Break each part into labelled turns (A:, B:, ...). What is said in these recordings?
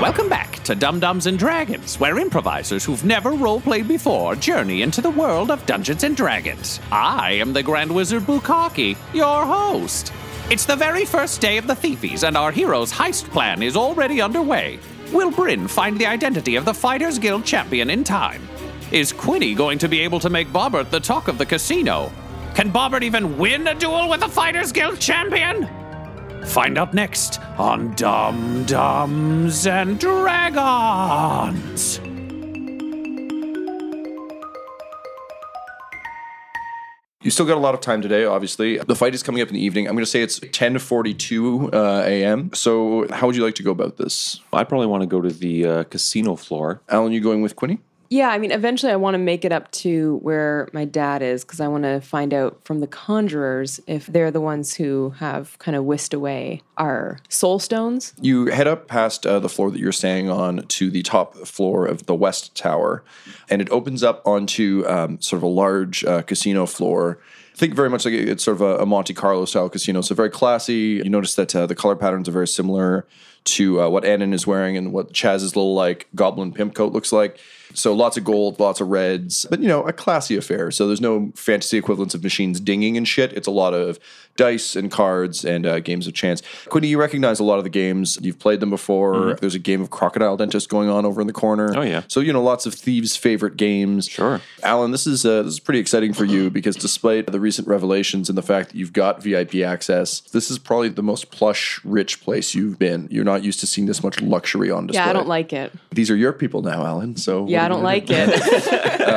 A: Welcome back to Dum Dums and Dragons, where improvisers who've never roleplayed before journey into the world of Dungeons and Dragons. I am the Grand Wizard Bukaki, your host. It's the very first day of the Thiefies, and our hero's heist plan is already underway. Will Bryn find the identity of the Fighters Guild champion in time? Is Quinny going to be able to make Bobbert the talk of the casino? Can Bobbert even win a duel with the Fighters Guild champion? Find out next on Dum Dums and Dragons.
B: You still got a lot of time today, obviously. The fight is coming up in the evening. I'm going to say it's 10:42 uh, a.m. So, how would you like to go about this,
C: I probably want to go to the uh, casino floor.
B: Alan? You going with Quinny?
D: Yeah, I mean, eventually I want to make it up to where my dad is because I want to find out from the conjurers if they're the ones who have kind of whisked away our soul stones.
B: You head up past uh, the floor that you're standing on to the top floor of the West Tower, and it opens up onto um, sort of a large uh, casino floor. Think very much like it- it's sort of a, a Monte Carlo style casino. So very classy. You notice that uh, the color patterns are very similar to uh, what Annan is wearing and what Chaz's little like goblin pimp coat looks like. So lots of gold, lots of reds, but you know, a classy affair. So there's no fantasy equivalents of machines dinging and shit. It's a lot of dice and cards and uh, games of chance. Quinny, you recognize a lot of the games. You've played them before. There's a game of Crocodile Dentist going on over in the corner.
C: Mm-hmm. Oh, yeah.
B: So you know, lots of thieves' favorite games.
C: Sure.
B: Alan, this is uh, this is pretty exciting for you because despite the recent revelations and the fact that you've got VIP access, this is probably the most plush, rich place you've been. You're not used to seeing this much luxury on display.
D: Yeah, I don't like it.
B: These are your people now, Alan. So what are
D: Yeah, I
B: you
D: don't
B: gonna do?
D: like it.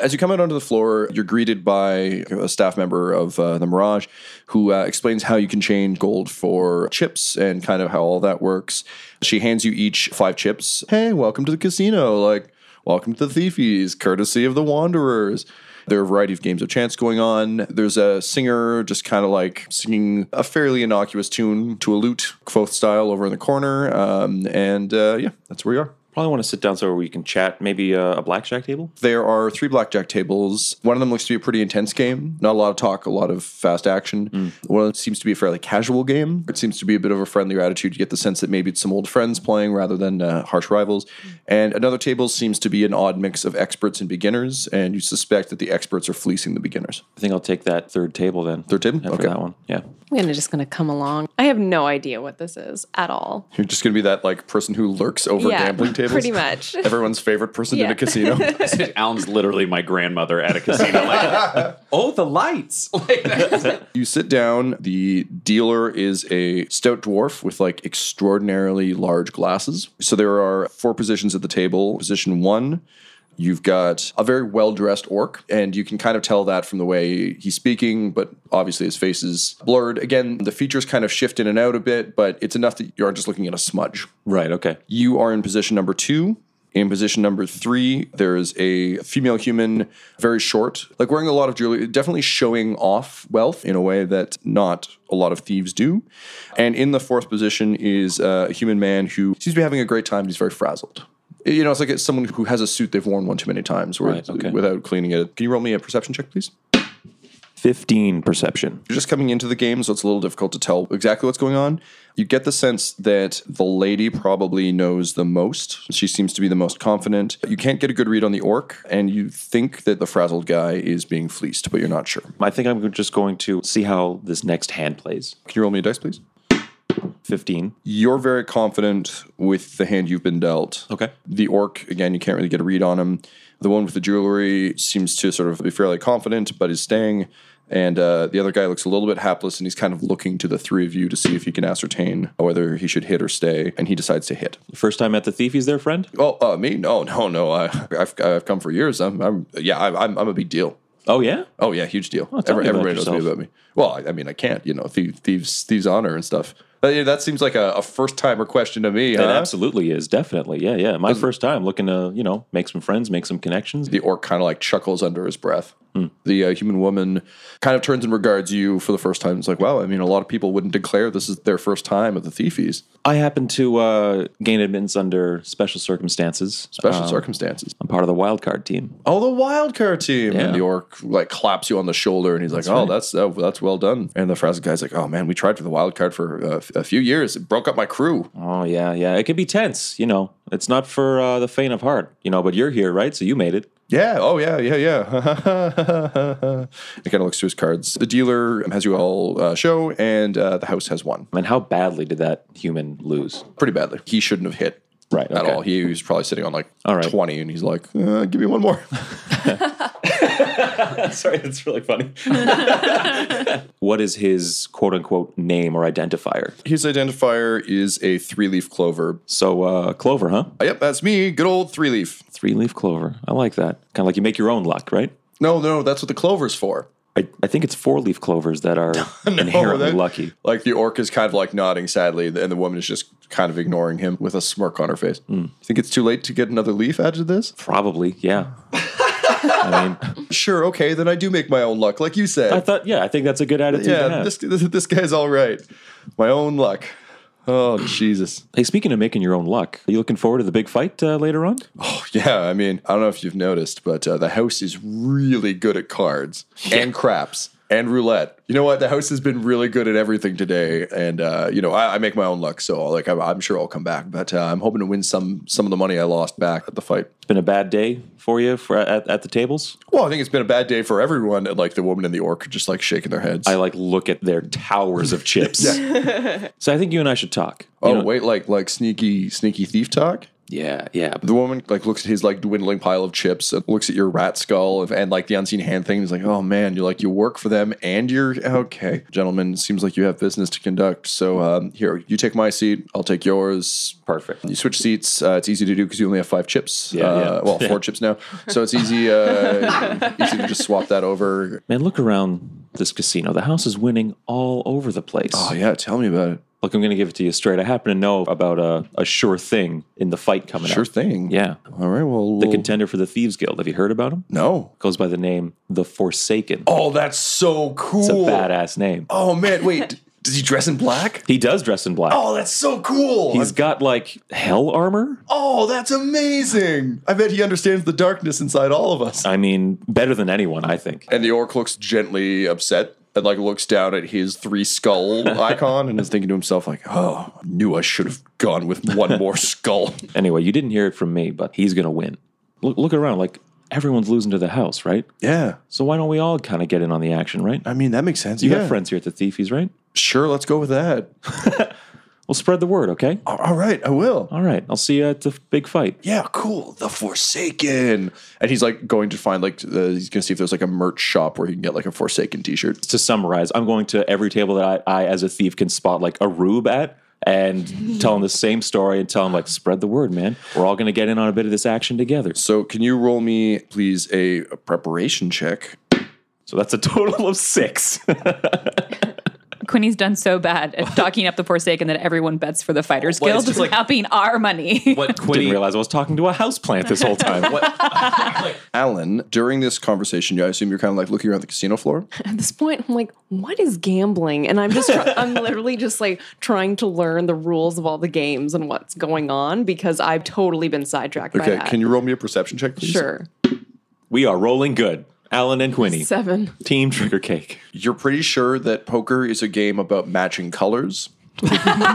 B: As you come out onto the floor, you're greeted by a staff member of uh, the Mirage who uh, explains how you can change gold for chips and kind of how all that works. She hands you each five chips. Hey, welcome to the casino. Like, welcome to the Thiefies, courtesy of the Wanderers. There are a variety of games of chance going on. There's a singer just kind of like singing a fairly innocuous tune to a lute, Quoth style, over in the corner. Um, and uh, yeah, that's where you are.
C: Probably want to sit down somewhere we can chat. Maybe uh, a blackjack table.
B: There are three blackjack tables. One of them looks to be a pretty intense game. Not a lot of talk, a lot of fast action.
D: Hmm.
B: One of them seems to be a fairly casual game. It seems to be a bit of a friendlier attitude. You get the sense that maybe it's some old friends playing rather than uh, harsh rivals.
D: Hmm.
B: And another table seems to be an odd mix of experts and beginners. And you suspect that the experts are fleecing the beginners.
C: I think I'll take that third table then.
B: Third table?
C: After
B: Okay.
C: that one. Yeah.
D: I'm gonna just gonna come along. I have no idea what this is at all.
B: You're just going to be that like person who lurks over
D: yeah,
B: gambling tables.
D: pretty much.
B: Everyone's favorite person in
D: Yeah.
B: a casino.
A: Alan's literally my grandmother at a casino. Like, oh, the lights!
B: You sit down. The dealer is a stout dwarf with like extraordinarily large glasses. So there are four positions at the table. Position one, you've got a very well dressed orc, and you can kind of tell that from the way he's speaking, but obviously his face is blurred. Again, the features kind of shift in and out a bit, but it's enough that you aren't just looking at a smudge.
C: Right. Okay.
B: You are in position number two. In position number three, there is a female human, very short, like wearing a lot of jewelry, definitely showing off wealth in a way that not a lot of thieves do. And in the fourth position is uh, a human man who seems to be having a great time. But he's very frazzled. You know, it's like it's someone who has a suit they've worn one too many times where,
C: Right, okay.
B: without cleaning it. Can you roll me a perception check, please?
C: Fifteen perception.
B: You're just coming into the game, so it's a little difficult to tell exactly what's going on. You get the sense that the lady probably knows the most. She seems to be the most confident. You can't get a good read on the orc, and you think that the frazzled guy is being fleeced, but you're not sure. Can
C: I think I'm just going to see how this next hand plays.
B: you roll me a dice, please?
C: Fifteen.
B: You're very confident with the hand you've been dealt.
C: Okay.
B: The orc, again, you can't really get a read on him. The one with the jewelry seems to sort of be fairly confident, but is staying. And uh, the other guy looks a little bit hapless, and he's kind of looking to the three of you to see if he can ascertain whether he should hit or stay. And he decides to hit.
C: First time at the thief. He's there, friend.
B: Oh, uh, me? No, no, no. I, I've, I've come for years. I'm, I'm yeah, I, I'm, I'm a big deal.
C: Oh yeah.
B: Oh yeah, huge deal.
C: tell
B: Every-
C: me about
B: everybody knows me
C: yourself.
B: about me. Well, I, I mean, I can't. You know, thieves, thieves, thieves honor and stuff. That, that seems like a, a first timer question to me.
C: It
B: huh?
C: absolutely is. Definitely. Yeah. Yeah. My first time looking to you know make some friends, make some connections.
B: The orc kind of like chuckles under his breath. The uh, human woman kind of turns and regards you for the first time. It's like, wow, I mean, a lot of people wouldn't declare this is their first time at the Thiefies.
E: I happen to uh, gain admittance under special circumstances.
B: Special circumstances.
E: I'm part of the wild card team.
B: Oh, the wildcard team. And
E: Yeah.
B: the orc like claps you on the shoulder and he's like, oh, that's uh, that's well done. And the frazzled guy's like, oh, man, we tried for the wild card for uh, f- a few years. It broke up my crew.
E: Oh yeah, yeah. It can be tense, you know. It's not for uh, the faint of heart, you know. But you're here, right? So you made it.
B: Yeah. Oh, yeah. Yeah. Yeah. he kind of looks through his cards. The dealer has you all uh, show, and uh, the house has one
E: And how badly did that human lose?
B: pretty badly. He shouldn't have hit
E: Right.
B: at
E: okay.
B: all. He was probably sitting on like
E: All right.
B: 20, and he's like, uh, give me one more.
E: Sorry, that's really funny. what is his quote unquote name or identifier?
B: His identifier is a three leaf clover.
E: So uh, clover, huh?
B: Yep, that's me. Good old three leaf.
E: Three leaf clover. I like that. Kind of like you make your own luck, right?
B: No, no, that's what the clover's for.
E: I, I think it's four leaf clovers that are
B: Oh,
E: inherently
B: that-
E: lucky.
B: Like the orc is kind of like nodding sadly, and the woman is just kind of ignoring him with a smirk on her face.
E: Hmm.
B: Think it's too late to get another leaf added to this?
E: Probably, yeah. I mean,
B: Sure, okay, then I do make my own luck, like you said.
E: I thought, yeah, I think that's a good attitude to
B: yeah,
E: have.
B: this, this this guy's all right. My own luck. Oh Jesus.
E: hey, speaking of making your own luck, are you looking forward to the big fight uh, later on?
B: Oh, yeah, I mean, I don't know if you've noticed, but uh, the house is really good at cards and craps and roulette. You know what? The house has been really good at everything today, and uh, you know, I, I make my own luck, so like I'm, I'm sure I'll come back. But uh, I'm hoping to win some some of the money I lost back at the fight.
E: It's been a bad day for you for, at, at the tables.
B: Well, I think it's been a bad day for everyone. and, Like the woman and the orc are just like shaking their heads.
E: I like look at their towers of chips. so I think you and I should talk. You
B: oh
E: know-
B: wait, like like sneaky sneaky thief talk.
E: Yeah, yeah.
B: The woman like looks at his like dwindling pile of chips and looks at your rat skull and, and, like the unseen hand thing. And is like, oh man, you're like you work for them and you're okay, gentlemen. Seems like you have business to conduct. So um, here, you take my seat, I'll take yours.
E: Perfect.
B: You switch seats. Uh, it's easy to do because you only have five chips.
E: Yeah,
B: uh,
E: yeah.
B: Well, four chips now, so it's easy. Uh, easy to just swap that over.
E: Man, look around this casino. The house is winning all over the place.
B: Oh yeah, tell me about it.
E: Look, I'm going to give it to you straight. I happen to know about a, a sure thing in the fight coming
B: Sure
E: up.
B: thing.
E: Yeah.
B: All right. Well,
E: The contender for the Thieves Guild. Have you heard about him?
B: no.
E: Goes by the name The Forsaken.
B: Oh, that's so cool.
E: It's a badass name.
B: Oh man, wait. Does he dress in black?
E: He does dress in black.
B: Oh, that's so cool.
E: He's got like hell armor.
B: Oh, that's amazing! I bet he understands the darkness inside all of us.
E: I mean, better than anyone, I think.
B: And the orc looks gently upset and like looks down at his three skull icon and is thinking to himself like, "Oh, I knew I should have gone with one more skull."
E: Anyway, you didn't hear it from me, but he's going to win. Look, look around. Like, everyone's losing to the house, right?
B: Yeah,
E: So why don't we all kind of get in on the action, right?
B: I mean that makes sense.
E: You
B: Uh, yeah,
E: got friends here at the Thiefies, right?
B: Sure, let's go with that.
E: Well, spread the word, okay?
B: All- all right, I will.
E: All right. I'll see you at the big fight.
B: yeah, cool. The Forsaken, and he's like going to find like the, he's gonna see if there's like a merch shop where he can get like a Forsaken T-shirt.
E: to summarize, I'm going to every table that I, I as a thief can spot like a rube at and tell them the same story and tell them like spread the word, man. We're all going to get in on a bit of this action together.
B: So, can you roll me, please, a, a preparation check?
E: So that's a total of six.
F: Quinny's done so bad at talking up the Forsaken that everyone bets for the Fighters
G: Well, it's
F: Guild
G: just like-
F: without being our money.
G: What
E: Didn't
G: Quinny,
E: realize I was talking to a houseplant this whole time.
B: Alan, during this conversation, I assume you're kind of like looking around the casino floor.
D: At this point, I'm like, what is gambling? And I'm just, try- I'm literally just like trying to learn the rules of all the games and what's going on because I've totally been sidetracked by
B: Okay,
D: that.
B: can you roll me a perception check, please?
D: sure.
E: We are rolling good. Alan and Quinny,
D: Seven.
E: Team Trigger Cake.
B: You're pretty sure that poker is a game about matching colors.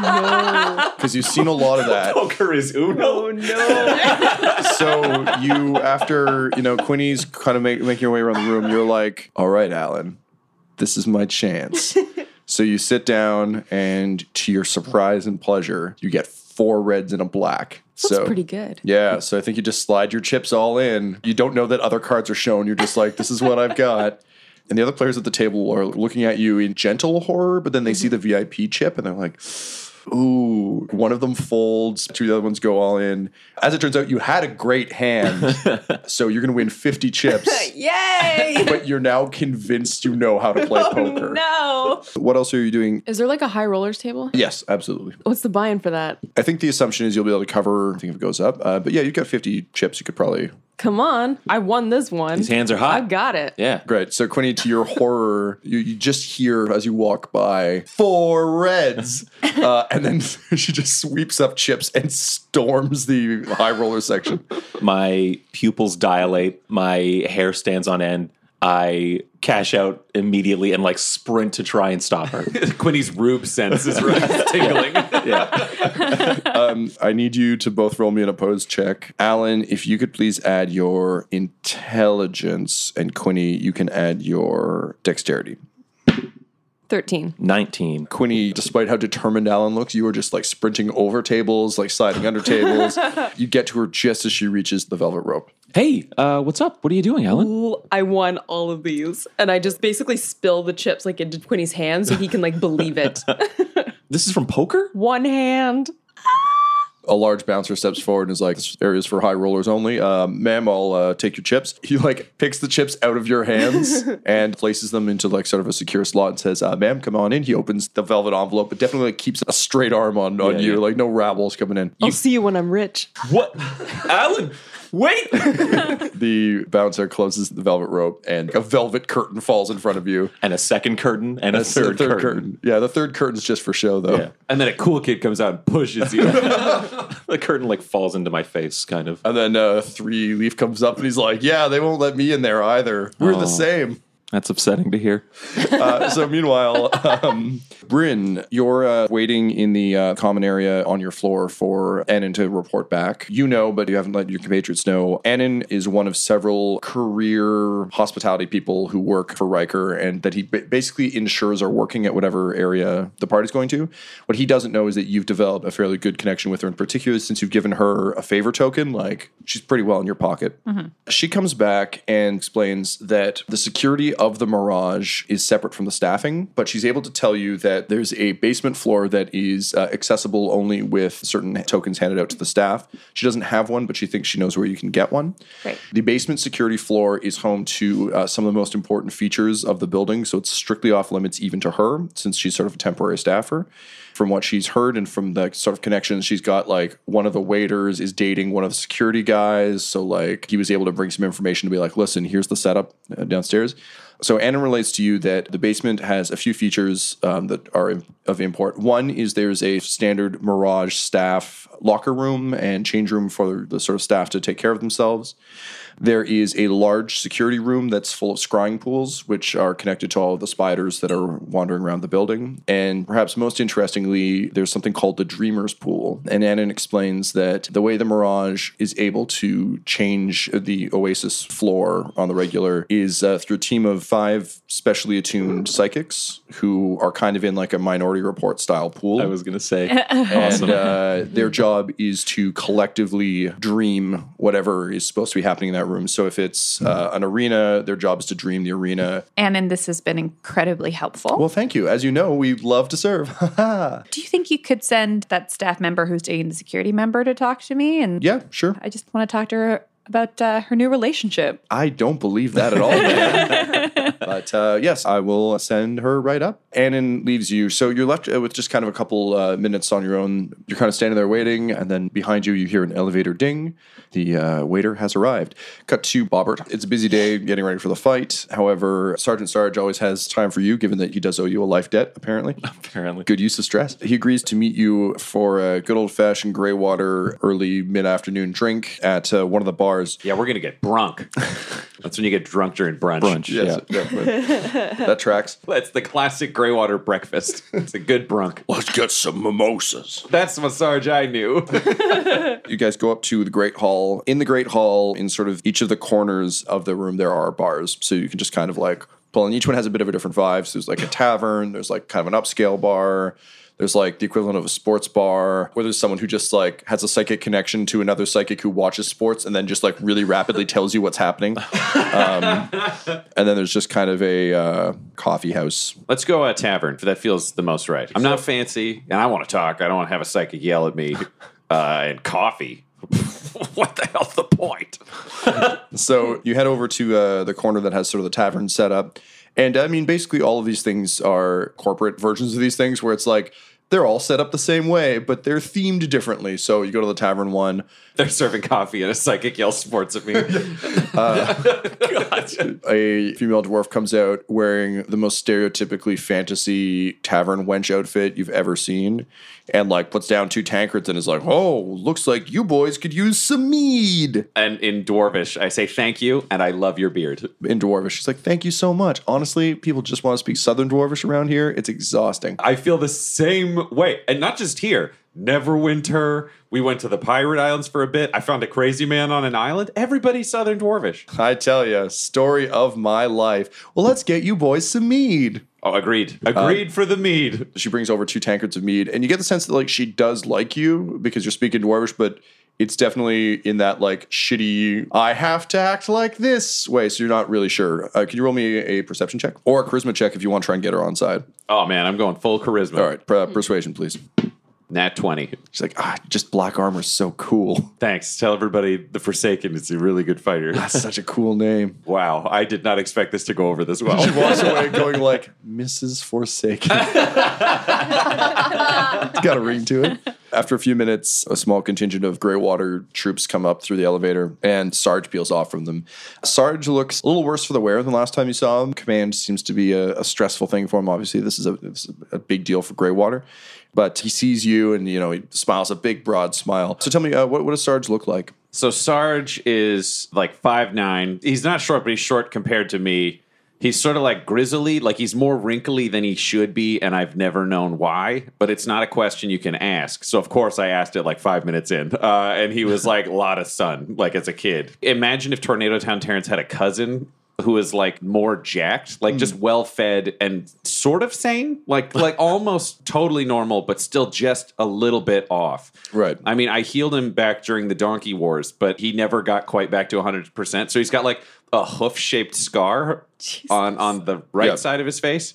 B: Because you've seen a lot of that.
E: Poker is Uno.
B: So you, after you know, Quinny's kind of make, making your way around the room. You're like, "All right, Alan, this is my chance." so you sit down, and to your surprise and pleasure, you get four reds and a black.
D: That's
B: so
D: pretty good.
B: Yeah, so I think you just slide your chips all in. You don't know that other cards are shown. You're just like, this is what I've got. And the other players at the table are looking at you in gentle horror, but then
D: Mm-hmm.
B: they see the VIP chip and they're like, ooh. One of them folds, two of the other ones go all in. As it turns out, you had a great hand. so you're going to win 50 chips,
D: Yay!
B: but you're now convinced you know how to play poker.
D: no.
B: What else are you doing?
D: Is there like a high rollers table?
B: Yes, absolutely.
D: What's the buy-in for that?
B: I think the assumption is you'll be able to cover. I think if it goes up, uh, but yeah, you've got fifty chips. You could probably
D: come on, I won this one.
C: These hands are hot.
D: I got it.
C: Yeah.
B: Great. So, Quinny, to your horror, you, you just hear as you walk by four reds, uh, and then she just sweeps up chips and storms the high roller section.
C: My pupils dilate. My hair stands on end. I cash out immediately and like sprint to try and stop her.
E: Quinny's rube sense is really tingling.
C: yeah.
B: I need you to both roll me an opposed check, Alan. If you could please add your intelligence, and Quinny, you can add your dexterity.
D: 13.
C: 19.
B: Quinny, despite how determined Alan looks, you are just like sprinting over tables, like sliding under tables. You get to her just as she reaches the velvet rope.
C: Hey, uh, what's up? What are you doing, Alan?
D: Ooh, I won all of these. And I just basically spill the chips like into Quinny's hand so he can like believe it.
C: This is from poker?
D: One hand.
B: a large bouncer steps forward and is like, "This area is for high rollers only. Uh, ma'am, I'll uh, take your chips." He like picks the chips out of your hands and places them into like sort of a secure slot and says, uh, "Ma'am, come on in." He opens the velvet envelope, but definitely like keeps a straight arm on on
C: Yeah,
B: you,
C: yeah. Oh,
B: like no rabbles coming in.
D: I'll see you when I'm rich.
C: What? Alan, wait!
B: The bouncer closes the velvet rope, and a velvet curtain falls in front of you.
C: and a second curtain and a
B: That's the
C: third, curtain.
B: Yeah, the third curtain's just for show though.
C: Yeah.
E: and then a cool kid comes out and pushes you.
C: The curtain like falls into my face, kind of.
B: And then uh, three leaf comes up and he's like, "Yeah, they won't let me in there either. We're the
C: Oh.
B: same."
C: That's upsetting to hear.
B: Uh, so meanwhile, um, Bryn, you're uh, waiting in the uh, common area on your floor for Annan to report back. You know, but you haven't let your compatriots know. Annan is one of several career hospitality people who work for Riker, and that he ba- basically ensures are working at whatever area the party's going to. What he doesn't know is that you've developed a fairly good connection with her, in particular since you've given her a favor token. Like she's pretty well in your pocket. She comes back and explains that the security of the Mirage is separate from the staffing, but she's able to tell you that there's a basement floor that is uh, accessible only with certain tokens handed out to the staff. She doesn't have one, but she thinks she knows where you can get one.
F: Great.
B: The basement security floor is home to uh, some of the most important features of the building, so it's strictly off limits even to her, since she's sort of a temporary staffer. From what she's heard and from the sort of connections she's got, like one of the waiters is dating one of the security guys, so like he was able to bring some information to be like, listen, here's the setup uh, downstairs. So Anna relates to you that the basement has a few features um, that are im- of import. One is there's a standard Mirage staff locker room and change room for the sort of staff to take care of themselves. There is a large security room that's full of scrying pools, which are connected to all of the spiders that are wandering around the building. And perhaps most interestingly, there's something called the Dreamer's Pool. And Annan explains that the way the Mirage is able to change the Oasis floor on the regular is uh, through a team of five specially attuned psychics who are kind of in like a minority report style pool.
C: I was going to say.
B: And uh, their job is to collectively dream whatever is supposed to be happening in that room. So if it's uh, an arena, their job is to dream the arena.
F: Annan, this has been incredibly helpful.
B: Well, thank you. As you know, we love to serve.
F: Do you think you could send that staff member who's dating the security member to talk to me? And
B: yeah, sure.
F: I just want to talk to her about uh, her new relationship.
B: I don't believe that at all. but uh, yes, I will send her right up. Annan leaves you. So you're left uh, with just kind of a couple uh, minutes on your own. You're kind of standing there waiting, and then behind you, you hear an elevator ding. The uh, waiter has arrived. Cut to Bobbert. It's a busy day getting ready for the fight. However, Sergeant Sarge always has time for you, given that he does owe you a life debt, apparently.
C: Apparently.
B: Good use of stress. He agrees to meet you for a good old fashioned gray water early mid afternoon drink at uh, one of the bars
E: yeah, we're gonna get drunk. That's when you get drunk during brunch.
C: Brunch.
B: Yes, yeah, that tracks.
E: That's the classic Greywater breakfast. It's a good brunk.
B: Let's get some mimosas.
E: That's what Sarge I knew.
B: You guys go up to the Great Hall. In the Great Hall, in sort of each of the corners of the room, there are bars. So you can just kind of like pull, and each one has a bit of a different vibe. So there's like a tavern, there's like kind of an upscale bar. There's like the equivalent of a sports bar, where there's someone who just like has a psychic connection to another psychic who watches sports and then just like really rapidly tells you what's happening. Um, and then there's just kind of a uh, coffee house
E: Let's go a tavern. That feels the most right. I'm not fancy, and I want to talk. I don't want to have a psychic yell at me. Uh, and coffee. what the hell's the point?
B: So you head over to uh, the corner that has sort of the tavern set up. And I mean, basically, all of these things are corporate versions of these things where it's like They're all set up the same way, but they're themed differently. So you go to the tavern one,
E: They're serving coffee and a psychic yell sports at me. Uh,
B: a female dwarf comes out wearing the most stereotypically fantasy tavern wench outfit you've ever seen and like puts down two tankards and is like, oh, looks like you boys could use some mead.
E: and in Dwarvish, I say thank you and I love your beard.
B: In Dwarvish, she's like, thank you so much. Honestly, people just want to speak Southern Dwarvish around here. It's exhausting.
E: I feel the same way. And not just here. Neverwinter. We went to the Pirate Islands for a bit. I found a crazy man on an island. Everybody's Southern Dwarvish.
B: I tell you, story of my life. Well, let's get you boys some mead.
E: Oh, agreed. Agreed for the mead.
B: She brings over two tankards of mead, and you get the sense that like she does like you because you're speaking Dwarvish, but it's definitely in that like shitty I have to act like this way. So you're not really sure. Uh, can you roll me a, a perception check or a charisma check if you want to try and get her on side?
E: Oh man, I'm going full charisma.
B: All right, per- persuasion, please.
E: Nat 20.
B: She's like, ah, just black armor's so cool.
E: Thanks. Tell everybody the Forsaken is a really good fighter.
B: That's such a cool name.
E: wow, I did not expect this to go over this well.
B: She walks away going like, Mrs. Forsaken. it's got a ring to it. After a few minutes, a small contingent of Greywater troops come up through the elevator, and Sarge peels off from them. Sarge looks a little worse for the wear than last time you saw him. Command seems to be a, a stressful thing for him. Obviously, this is a, this is a big deal for Greywater, but he sees you and you know he smiles a big, broad smile. So tell me, uh, what, what does Sarge look like?
E: So Sarge is like five nine. He's not short, but he's short compared to me. He's sort of like grizzly, like he's more wrinkly than he should be, and I've never known why. But it's not a question you can ask. So of course I asked it like five minutes in, uh, and he was like a lot of sun, like as a kid. Imagine if Tornado Town Terrence had a cousin who is like more jacked, like just well fed and sort of sane, like like almost totally normal, but still just a little bit off.
B: Right.
E: I mean, I healed him back during the Donkey Wars, but he never got quite back to 100%. So he's got like a hoof shaped scar on, on the right
B: Yeah.
E: side of his face.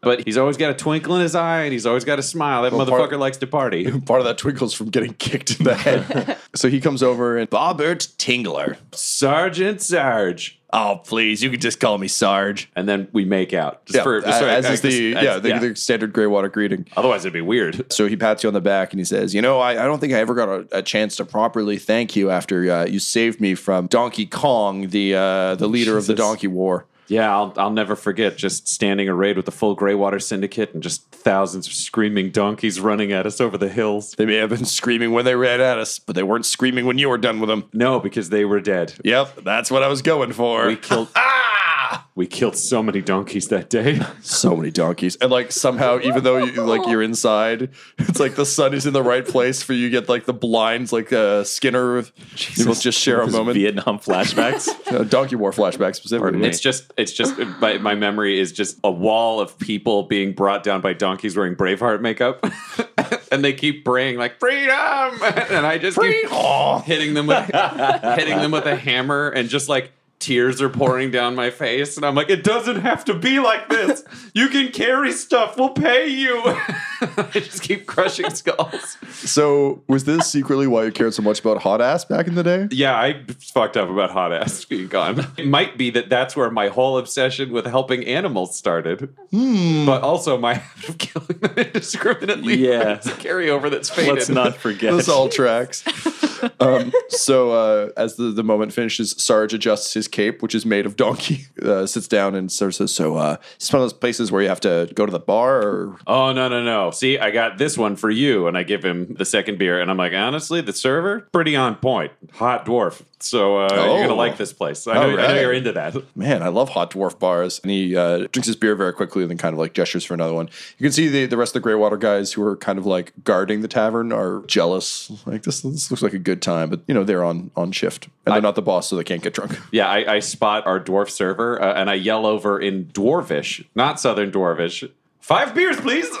E: But he's always got a twinkle in his eye and he's always got a smile. That motherfucker
B: part-
E: likes to party.
B: Part of that twinkle's from getting kicked in the head. so he comes over and Bobbert Tingler.
E: Sergeant Sarge.
B: Oh, please, you can just call me Sarge.
E: And then we make out. Just
B: Yeah,
E: for,
B: a-
E: sorry,
B: as
E: uh,
B: is the
E: just-
B: yeah,
E: as-
B: the, the standard Greywater greeting.
E: Otherwise, it'd be weird.
B: So he pats you on the back and he says, "You know, I, I don't think I ever got a, a chance to properly thank you after uh, you saved me from Donkey Kong, the uh, the leader of the
E: Jesus.
B: Donkey War."
E: Yeah, I'll, I'll never forget just standing arrayed with the full Greywater Syndicate and just thousands of screaming donkeys running at us over the hills.
B: They may have been screaming when they ran at us, but they weren't screaming when you were done with them.
E: No, because they were dead.
B: Yep, that's what I was going for.
E: We killed. We killed so many donkeys that day.
B: so many donkeys and like somehow even though you like you're inside it's like the sun is in the right place for you to get like the blinds like uh skinner you will just share a
C: Those
B: moment
C: Vietnam flashbacks.
B: Uh, donkey war flashback specifically
E: It's just, it's just, my, my memory is just a wall of people being brought down by donkeys wearing Braveheart makeup. and they keep braying like, freedom! And I just keep hitting them with, hitting them with a hammer and just like, Tears are pouring down my face, and I'm like, "It doesn't have to be like this. You can carry stuff. We'll pay you." I just keep crushing skulls.
B: so was this secretly why you cared so much about hot ass back in the day
E: Yeah, I fucked up about hot ass being gone. It might be that that's where my whole obsession with helping animals started,
C: Hmm.
E: but also my habit of killing them indiscriminately.
C: Yeah.
E: it's a carryover that's faded.
C: Let's not forget.
B: this all tracks um, so uh, as the, the moment finishes sarge adjusts his cape which is made of donkey uh, sits down and sort of says so uh, it's one of those places where you have to go to the bar or
E: Oh no no no! See, I got this one for you, and I give him the second beer, and I'm like, honestly, the server pretty on point, hot dwarf. So uh,
B: Oh.
E: you're gonna like this place. I know,
B: All
E: I know
B: right.
E: you're into that.
B: man, I love hot dwarf bars. And he uh, drinks his beer very quickly and then kind of like gestures for another one. You can see the, the rest of the Greywater guys who are kind of like guarding the tavern are jealous. Like this, this looks like a good time, but you know they're on on shift and they're not the boss, so they can't get drunk.
E: Yeah, I, I spot our dwarf server uh, and I yell over in dwarvish, not southern dwarvish. Five beers, please.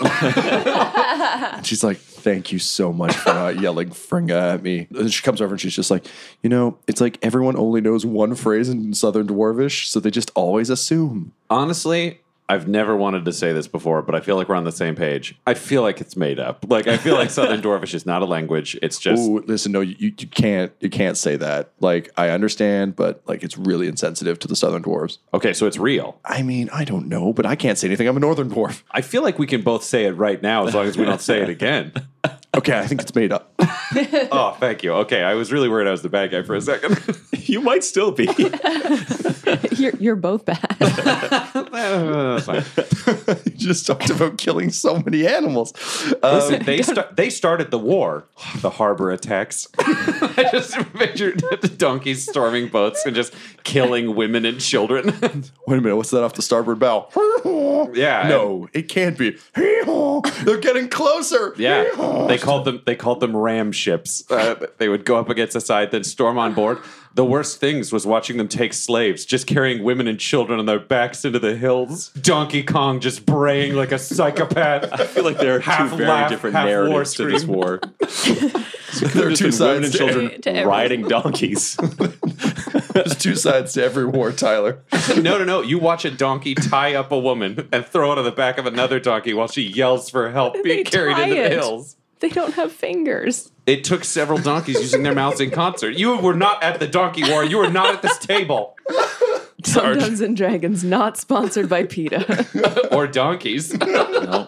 B: And she's like, "Thank you so much for not yelling fringa at me." And she comes over and she's just like, "You know, it's like everyone only knows one phrase in Southern Dwarvish, so they just always assume."
E: Honestly, I've never wanted to say this before, but I feel like we're on the same page. I feel like it's made up. Like I feel like Southern Dwarfish is not a language. It's just
B: Ooh, listen, no, you, you you can't you can't say that. Like, I understand, but like it's really insensitive to the southern dwarves.
E: okay. So it's real.
B: I mean, I don't know, but I can't say anything. I'm a northern dwarf.
E: I feel like we can both say it right now as long as we don't say it again.
B: Okay, I think it's made up.
E: Oh, thank you. Okay, I was really worried I was the bad guy for a second.
C: You might still be.
D: You're, you're both bad.
E: Uh, that's fine.
B: you just talked about killing so many animals. Uh,
E: Listen, Um, they sta- they started the war, the harbor attacks. I just pictured the donkeys storming boats and just killing women and children.
B: wait a minute, what's that off the starboard bow?
E: Yeah.
B: no, it can't be. They're getting closer.
E: yeah,
C: Oh.
E: they called them they called them ram ships. Uh, they would go up against a side, then storm on board. The worst things was watching them take slaves, just carrying women and children on their backs into the hills. Donkey Kong just braying like a psychopath. I feel
C: like there are two
E: Half
C: very
E: laugh,
C: different
E: half war
C: narratives to this
E: scream.
C: war.
B: there are two
C: Just been women and
B: sides. To,
C: children
F: To everything.
C: riding donkeys.
B: there's two sides to every war, Tyler.
E: No, no, no. You watch a donkey tie up a woman and throw it on the back of another donkey while she yells for help being
D: They
E: carried
D: tie
E: into the
D: it.
E: hills.
D: they don't have fingers.
E: It took several donkeys using their mouths in concert. You were not at the donkey war. You were not at this table
D: Dum Dums and Dragons, not sponsored by PETA.
E: or donkeys. I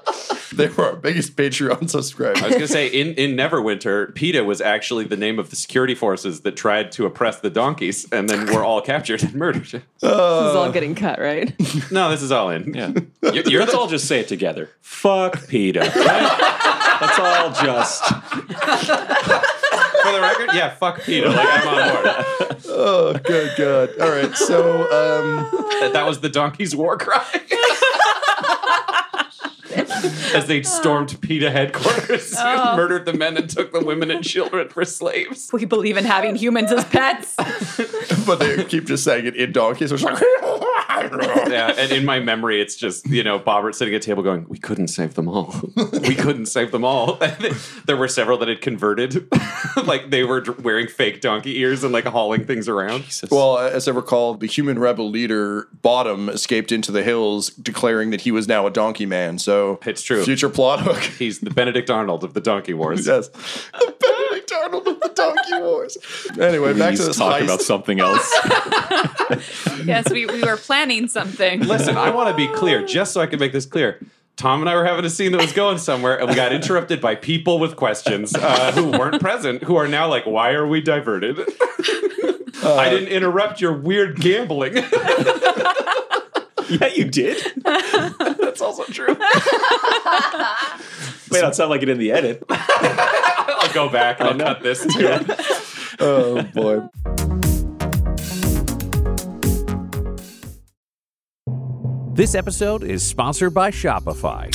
B: They were our biggest Patreon
E: was
B: subscribers.
E: going to say in in Neverwinter, PETA was actually the name of the security forces that tried to oppress the donkeys and then were all captured and murdered.
D: this is all getting cut, right?
E: No, this is all in.
C: Yeah.
E: You're, you're
C: Let's all just say it together. Fuck PETA. right? Let's all just.
E: for the record. Yeah, fuck PETA. Like I'm on board.
B: oh, good God. All right, so um,
E: that, that was the donkey's war cry. As they stormed PETA headquarters, and murdered the men, and took the women and children for slaves.
F: We believe in having humans as pets.
B: but they keep just saying it in donkeys. It's like,
E: Yeah, and in my memory, it's just you know Bobbert sitting at a table going, "We couldn't save them all. We couldn't save them all." there were several that had converted, like they were dr- wearing fake donkey ears and like hauling things around.
B: Well, as I recall, the human rebel leader Bottom escaped into the hills, declaring that he was now a donkey man. So
E: It's true.
B: Future plot hook.
E: He's the Benedict Arnold of the Donkey Wars.
B: yes, the Benedict Arnold of the Donkey Wars. Anyway, back to
C: Please
B: this
C: talk
B: heist.
C: about something else.
F: yes, we, we were planning something.
E: Listen, I want to be clear, just so I can make this clear. Tom and I were having a scene that was going somewhere, and we got interrupted by people with questions uh, who weren't present, who are now like, "Why are we diverted?" I didn't interrupt your weird gambling.
C: yeah, you did.
E: That's also true.
C: May not sound like it in the edit.
E: I'll go back and I'll cut this too.
B: oh boy.
A: This episode is sponsored by Shopify.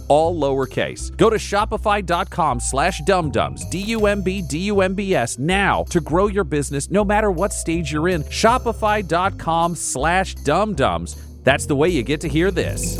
A: all lowercase. Go to shopify.com slash dumdums, D-U-M-B, D-U-M-B-S now to grow your business no matter what stage you're in. Shopify.com slash dumdums. That's the way you get to hear this.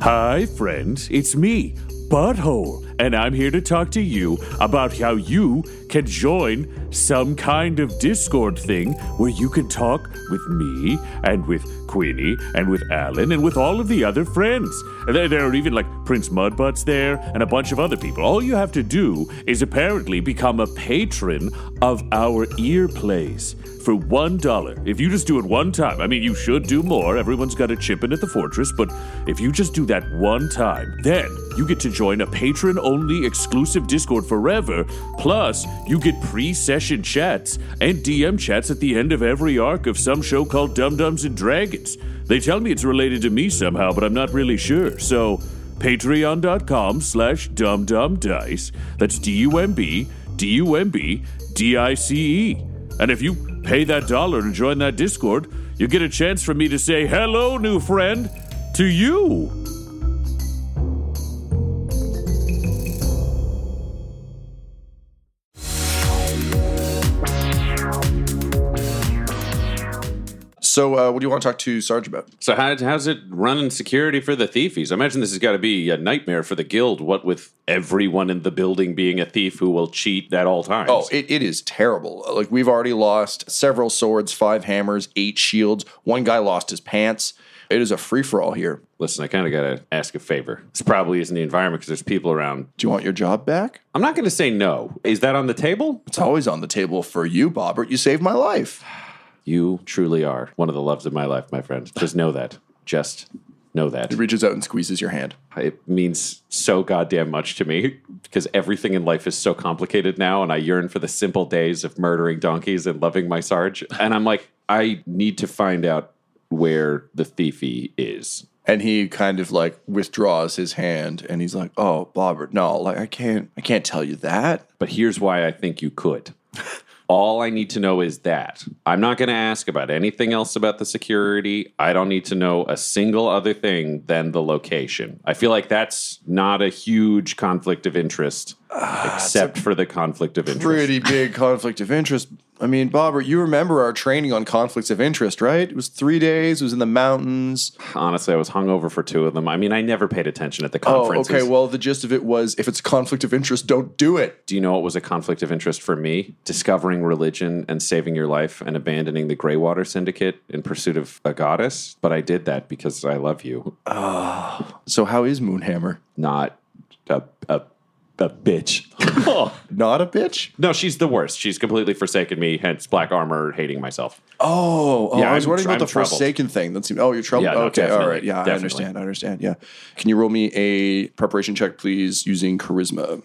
H: Hi, friends. It's me, Butthole, and I'm here to talk to you about how you can join some kind of Discord thing where you can talk with me and with Queenie and with Alan and with all of the other friends. There, there are even like Prince Mudbutts there and a bunch of other people. All you have to do is apparently become a patron of our ear plays for one dollar. If you just do it one time, I mean, you should do more. Everyone's got a chip in at the fortress, but if you just do that one time, then you get to join a patron only exclusive Discord forever. Plus, you get pre session chats and DM chats at the end of every arc of some show called Dum Dums and Dragons. They tell me it's related to me somehow, but I'm not really sure. So, patreon.com slash dumdumdice. That's D U M B D U M B D I C E. And if you pay that dollar to join that Discord, you get a chance for me to say hello, new friend, to you.
B: So, uh, what do you want to talk to Sarge about?
E: So how, how's it running security for the thiefies? I imagine this has got to be a nightmare for the guild. What with everyone in the building being a thief who will cheat at all times.
B: Oh, it, it is terrible. Like we've already lost several swords, five hammers, eight shields. One guy lost his pants. It is a free for all here.
E: listen, I kind of got to ask a favor. This probably isn't the environment because there's people around.
B: Do you want your job back?
E: I'm not going to say no. Is that on the table?
B: It's always on the table for you, Bobbert. You saved my life.
E: You truly are one of the loves of my life, my friend. Just know that. Just know that.
B: He reaches out and squeezes your hand.
E: It means so goddamn much to me because everything in life is so complicated now, and I yearn for the simple days of murdering donkeys and loving my Sarge. And I'm like, I need to find out where the thiefy is.
B: And he kind of like withdraws his hand and he's like, Oh, Bobbert, no, like I can't I can't tell you that.
E: But here's why I think you could. All I need to know is that. I'm not going to ask about anything else about the security. I don't need to know a single other thing than the location. I feel like that's not a huge conflict of interest, except for the conflict of interest.
B: Pretty big conflict of interest. I mean, Bobbert, you remember our training on conflicts of interest, right? It was three days, it was in the mountains.
E: Honestly, I was hungover for two of them. I mean, I never paid attention at the
B: Oh,
E: conferences.
B: okay. Well, the gist of it was if it's a conflict of interest, don't do it.
E: Do you know what was a conflict of interest for me? Discovering religion and saving your life and abandoning the Greywater Syndicate in pursuit of a goddess. But I did that because I love you.
B: So how is Moonhammer?
E: not a, a, a bitch.
B: Not a bitch?
E: no, she's the worst. She's completely forsaken me, hence black armor, hating myself.
B: Oh, oh
E: Yeah,
B: I was
E: I'm-
B: wondering about
E: I'm
B: the
E: troubled.
B: Forsaken thing. That seemed, oh, you're troubled.
E: Yeah, no,
B: okay, all right.
E: definitely,
B: Yeah, I
E: definitely.
B: understand. I understand. Yeah. Can you roll me a preparation check, please, using charisma?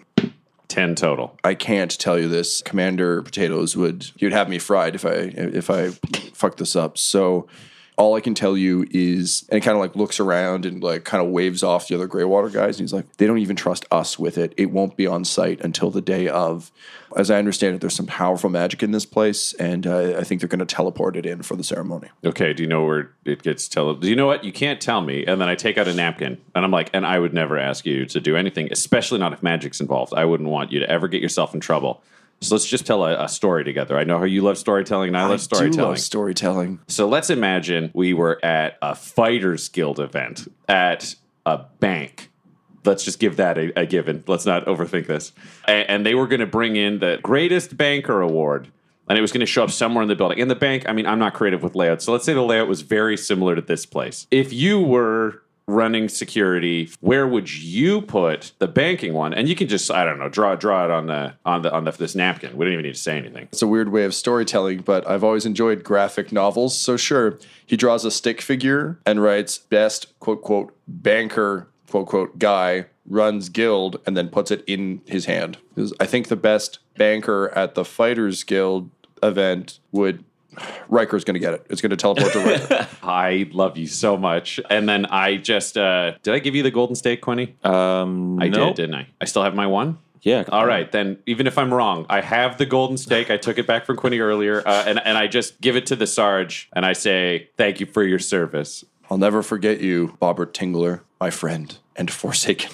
E: 10 total.
B: I can't tell you this. Commander Potatoes would he would have me fried if I if I fuck this up. So all I can tell you is, and kind of like looks around and like kind of waves off the other Greywater guys, and he's like, they don't even trust us with it. It won't be on site until the day of. As I understand it, there's some powerful magic in this place, and uh, I think they're going to teleport it in for the ceremony.
E: Okay, do you know where it gets tele? Do you know what? You can't tell me. And then I take out a napkin and I'm like, and I would never ask you to do anything, especially not if magic's involved. I wouldn't want you to ever get yourself in trouble. So let's just tell a, a story together. I know how you love storytelling and I, love
B: I do
E: storytelling.
B: love storytelling.
E: So let's imagine we were at a Fighters Guild event at a bank. Let's just give that a, a given. Let's not overthink this. A- And, they were going to bring in the greatest banker award, and it was going to show up somewhere in the building. In the bank, I mean, I'm not creative with layout. So let's say the layout was very similar to this place. If you were running security, where would you put the banking one? And you can just, I don't know, draw draw it on the on the on the, this napkin. We don't even need to say anything.
B: It's a weird way of storytelling, but I've always enjoyed graphic novels. So sure, he draws a stick figure and writes best quote quote banker quote unquote guy runs guild and then puts it in his hand. 'Cause I think the best banker at the Fighters Guild event would Riker's going to get it. It's going to teleport to Riker.
E: I love you so much. And then I just uh did I give you the golden steak, Quinny?
C: Um,
E: I
C: no.
E: did, didn't I? I still have my one.
C: Yeah.
E: All right, then. Even if I'm wrong, I have the golden steak. I took it back from Quinny earlier, uh, and and I just give it to the Sarge, and I say thank you for your service.
B: I'll never forget you, Bobbert Tingler, my friend and forsaken.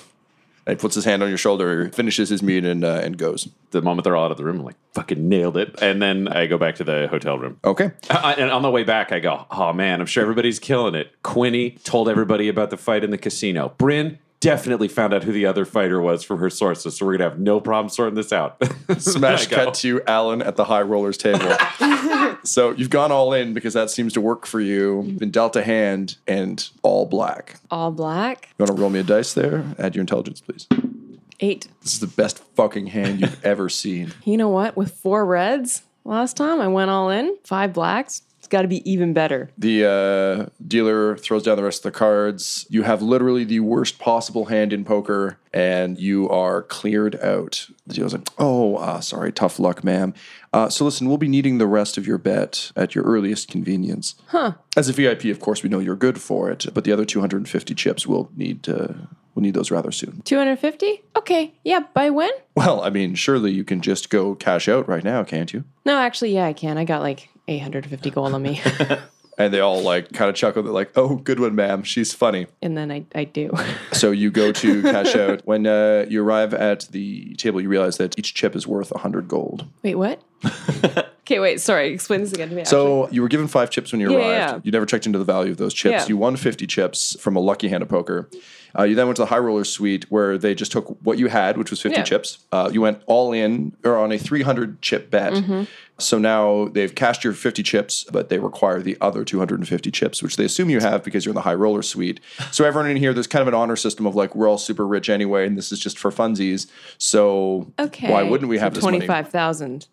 B: And he puts his hand on your shoulder, finishes his meat, and uh, and goes.
E: The moment they're all out of the room, I'm like fucking nailed it, and then I go back to the hotel room.
B: Okay.
E: I- and on the way back, I go, oh man, I'm sure everybody's killing it. Quinny told everybody about the fight in the casino. Bryn definitely found out who the other fighter was from her sources, so we're gonna have no problem sorting this out.
B: Smash
E: I go.
B: cut to Alan at the high rollers table. so you've gone all in because that seems to work for you. You've been dealt a hand and all black.
D: All black.
B: You want to roll me a dice there? Add your intelligence, please.
D: Eight.
B: This is the best fucking hand you've ever seen.
D: You know what? With four reds last time, I went all in. Five blacks. It's got to be even better.
B: The uh, dealer throws down the rest of the cards. You have literally the worst possible hand in poker, and you are cleared out. The dealer's like, "Oh, uh, sorry, tough luck, ma'am. Uh, so listen, we'll be needing the rest of your bet at your earliest convenience. Huh? As a VIP, of course, we know you're good for it, but the other 250 chips will need to." We'll need those rather soon.
D: 250? Okay. Yeah. By when?
B: Well, I mean, surely you can just go cash out right now, can't you?
D: No, actually, yeah, I can. I got like 850 gold on me.
B: And they all like kind of chuckle. They're like, "Oh, good one, ma'am. She's funny."
D: and then I, I do.
B: So you go to cash out. When uh, you arrive at the table, you realize that each chip is worth 100 gold.
D: Wait, what? okay, wait. Sorry. Explain this again to me. actually.
B: So you were given five chips when you
D: Yeah,
B: arrived.
D: yeah.
B: You never checked into the value of those chips.
D: Yeah.
B: You won 50 chips from a lucky hand of poker. Uh, you then went to the high roller suite where they just took what you had, which was 50
D: Yeah.
B: chips. Uh, you went all in or on a 300 chip bet.
D: Mm-hmm.
B: So now they've cashed your 50 chips, but they require the other 250 chips, which they assume you have because you're in the high roller suite. So everyone in here, there's kind of an honor system of like, we're all super rich anyway, and this is just for funsies. So
D: okay.
B: why wouldn't we have
D: so
B: this money?
D: 25,000.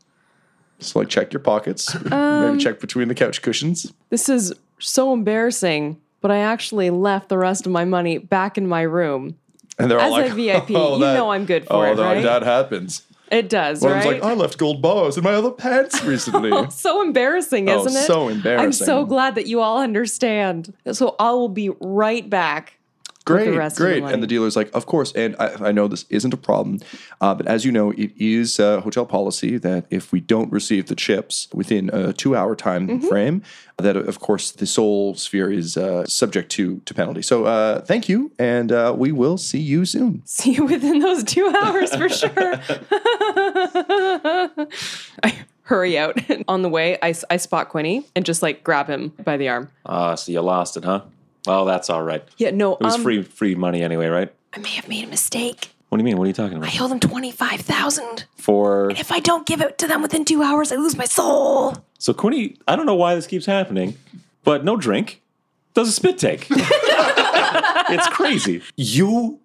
B: So like check your pockets,
D: Um,
B: maybe check between the couch cushions.
D: This is so embarrassing, but I actually left the rest of my money back in my room.
B: And they're all
D: As
B: like,
D: a VIP,
B: oh,
D: you
B: that-
D: know I'm good for
B: oh,
D: it,
B: that-
D: right?
B: that happens.
D: It does,
B: One of
D: right?
B: them's like, oh, I left gold bars in my other pants recently.
D: so embarrassing,
B: Oh,
D: isn't it?
B: so
D: I'm
B: embarrassing.
D: so glad that you all understand. So I will be right back.
B: great,
D: rest of the
B: great.
D: money.
B: and the dealer's like, of course. And I, I know this isn't a problem, uh, but as you know, it is uh, hotel policy that if we don't receive the chips within a two-hour time
D: Mm-hmm.
B: frame, that uh, of course the soul sphere is uh, subject to to penalty. So uh, thank you, and uh, we will see you soon.
D: See you within those two hours for sure. I hurry out. On the way, I, I spot Quinny and just like grab him by the arm.
C: Ah, so you lost it, huh? Well, that's all right. It
D: Yeah, no,
C: was
D: um,
C: free, free money anyway, right?
D: I may have made a mistake.
C: What do you mean? What are you talking about?
D: I owe them 25,000.
C: For
D: If I don't give it to them within two hours, I lose my soul.
C: so Quinny, I don't know why this keeps happening, but no drink does a spit take. it's crazy. You